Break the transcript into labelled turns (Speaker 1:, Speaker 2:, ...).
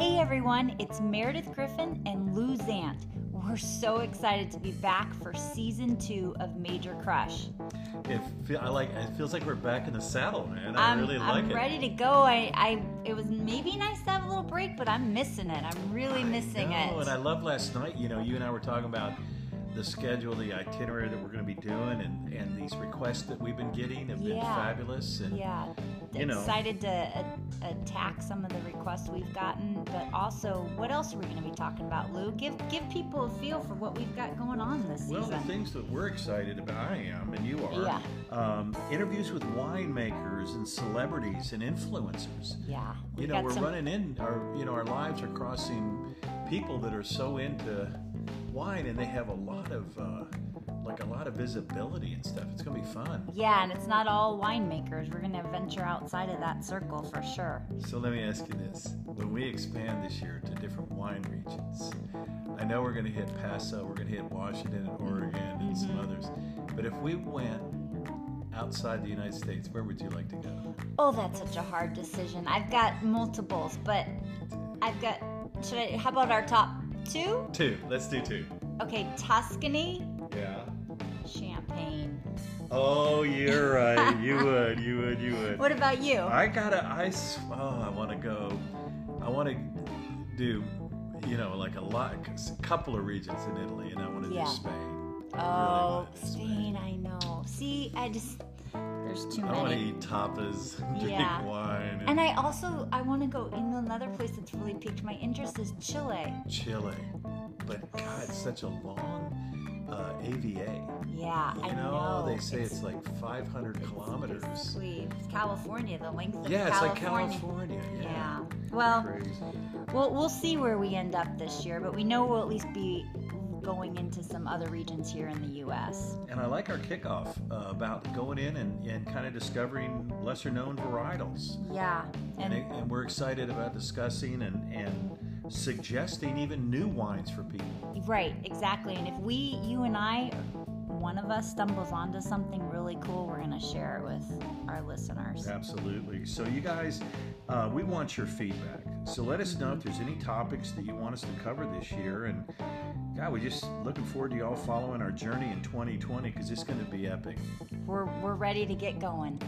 Speaker 1: everyone. It's Meredith Griffin and Lou Zant. We're so excited to be back for season two of Major Crush.
Speaker 2: It feel, I like. It feels like we're back in the saddle, man. I
Speaker 1: I'm,
Speaker 2: really like
Speaker 1: I'm
Speaker 2: it.
Speaker 1: ready to go. I, I, it was maybe nice to have a little break, but I'm missing it. I'm really missing
Speaker 2: No,
Speaker 1: it.
Speaker 2: and I love last night. You know, you and I were talking about the schedule, the itinerary that we're going to be doing, and and these requests that we've been getting have been
Speaker 1: Yeah.
Speaker 2: fabulous. And
Speaker 1: yeah, d-
Speaker 2: you know.
Speaker 1: excited to a- attack some of the requests we've gotten, but also what else are we going to be talking about, Lou? Give give people a feel for what we've got going on this
Speaker 2: Well, the
Speaker 1: season.
Speaker 2: things that we're excited about, I am, and you are,
Speaker 1: Yeah.
Speaker 2: um, interviews with winemakers and celebrities and influencers.
Speaker 1: yeah, we
Speaker 2: You know,
Speaker 1: got
Speaker 2: we're
Speaker 1: some
Speaker 2: running in, our, you know, our lives are crossing people that are so into wine and they have a lot of, uh, like a lot of visibility and stuff. It's going to be fun.
Speaker 1: Yeah, and it's not all winemakers. We're going to venture outside of that circle for sure.
Speaker 2: So let me ask you this. When we expand this year to different wine regions, I know we're going to hit Paso, we're going to hit Washington and Oregon and
Speaker 1: Mm-hmm.
Speaker 2: some others, but if we went outside the United States, where would you like to go?
Speaker 1: Oh, that's such a hard decision. I've got multiples, but I've got. Should I? How about our top two?
Speaker 2: Two. Let's do two.
Speaker 1: Okay, Tuscany,
Speaker 2: Yeah.
Speaker 1: Champagne.
Speaker 2: Oh, you're right. You would. You would. You would.
Speaker 1: What about you?
Speaker 2: I gotta. I. s- Oh, I want to go. I want to do. You know, like a lot, a couple of regions in Italy, and I want to
Speaker 1: Yeah.
Speaker 2: do Spain. I really
Speaker 1: Oh,
Speaker 2: wanna do
Speaker 1: Spain, I know. See, I just there's too
Speaker 2: I want to
Speaker 1: many.
Speaker 2: eat tapas, drink
Speaker 1: Yeah.
Speaker 2: wine, and,
Speaker 1: And I also I want to go in another place that's really piqued my interest is Chile.
Speaker 2: Chile. But God, it's such a long uh, AVA.
Speaker 1: Yeah,
Speaker 2: You
Speaker 1: I
Speaker 2: know,
Speaker 1: know.
Speaker 2: they say it's, like 500 kilometers.
Speaker 1: basically it's California, the length of
Speaker 2: yeah, it's like
Speaker 1: California.
Speaker 2: California. Yeah.
Speaker 1: Yeah. Well,
Speaker 2: Crazy.
Speaker 1: we'll we'll see where we end up this year, but we know we'll at least be going into some other regions here in the U.S.
Speaker 2: And I like our kickoff uh, about going in and, and kind of discovering lesser known varietals.
Speaker 1: Yeah,
Speaker 2: And,
Speaker 1: and
Speaker 2: and we're excited about discussing and, and suggesting even new wines for people.
Speaker 1: right, exactly. And if we, you and I, one of us stumbles onto something really cool, we're gonna share it with our listeners.
Speaker 2: Absolutely. So, you guys, uh, we want your feedback. So, let us know if there's any topics that you want us to cover this year. And, God, we're just looking forward to y'all following our journey in 2020 because it's going to be epic.
Speaker 1: We're we're ready to get going.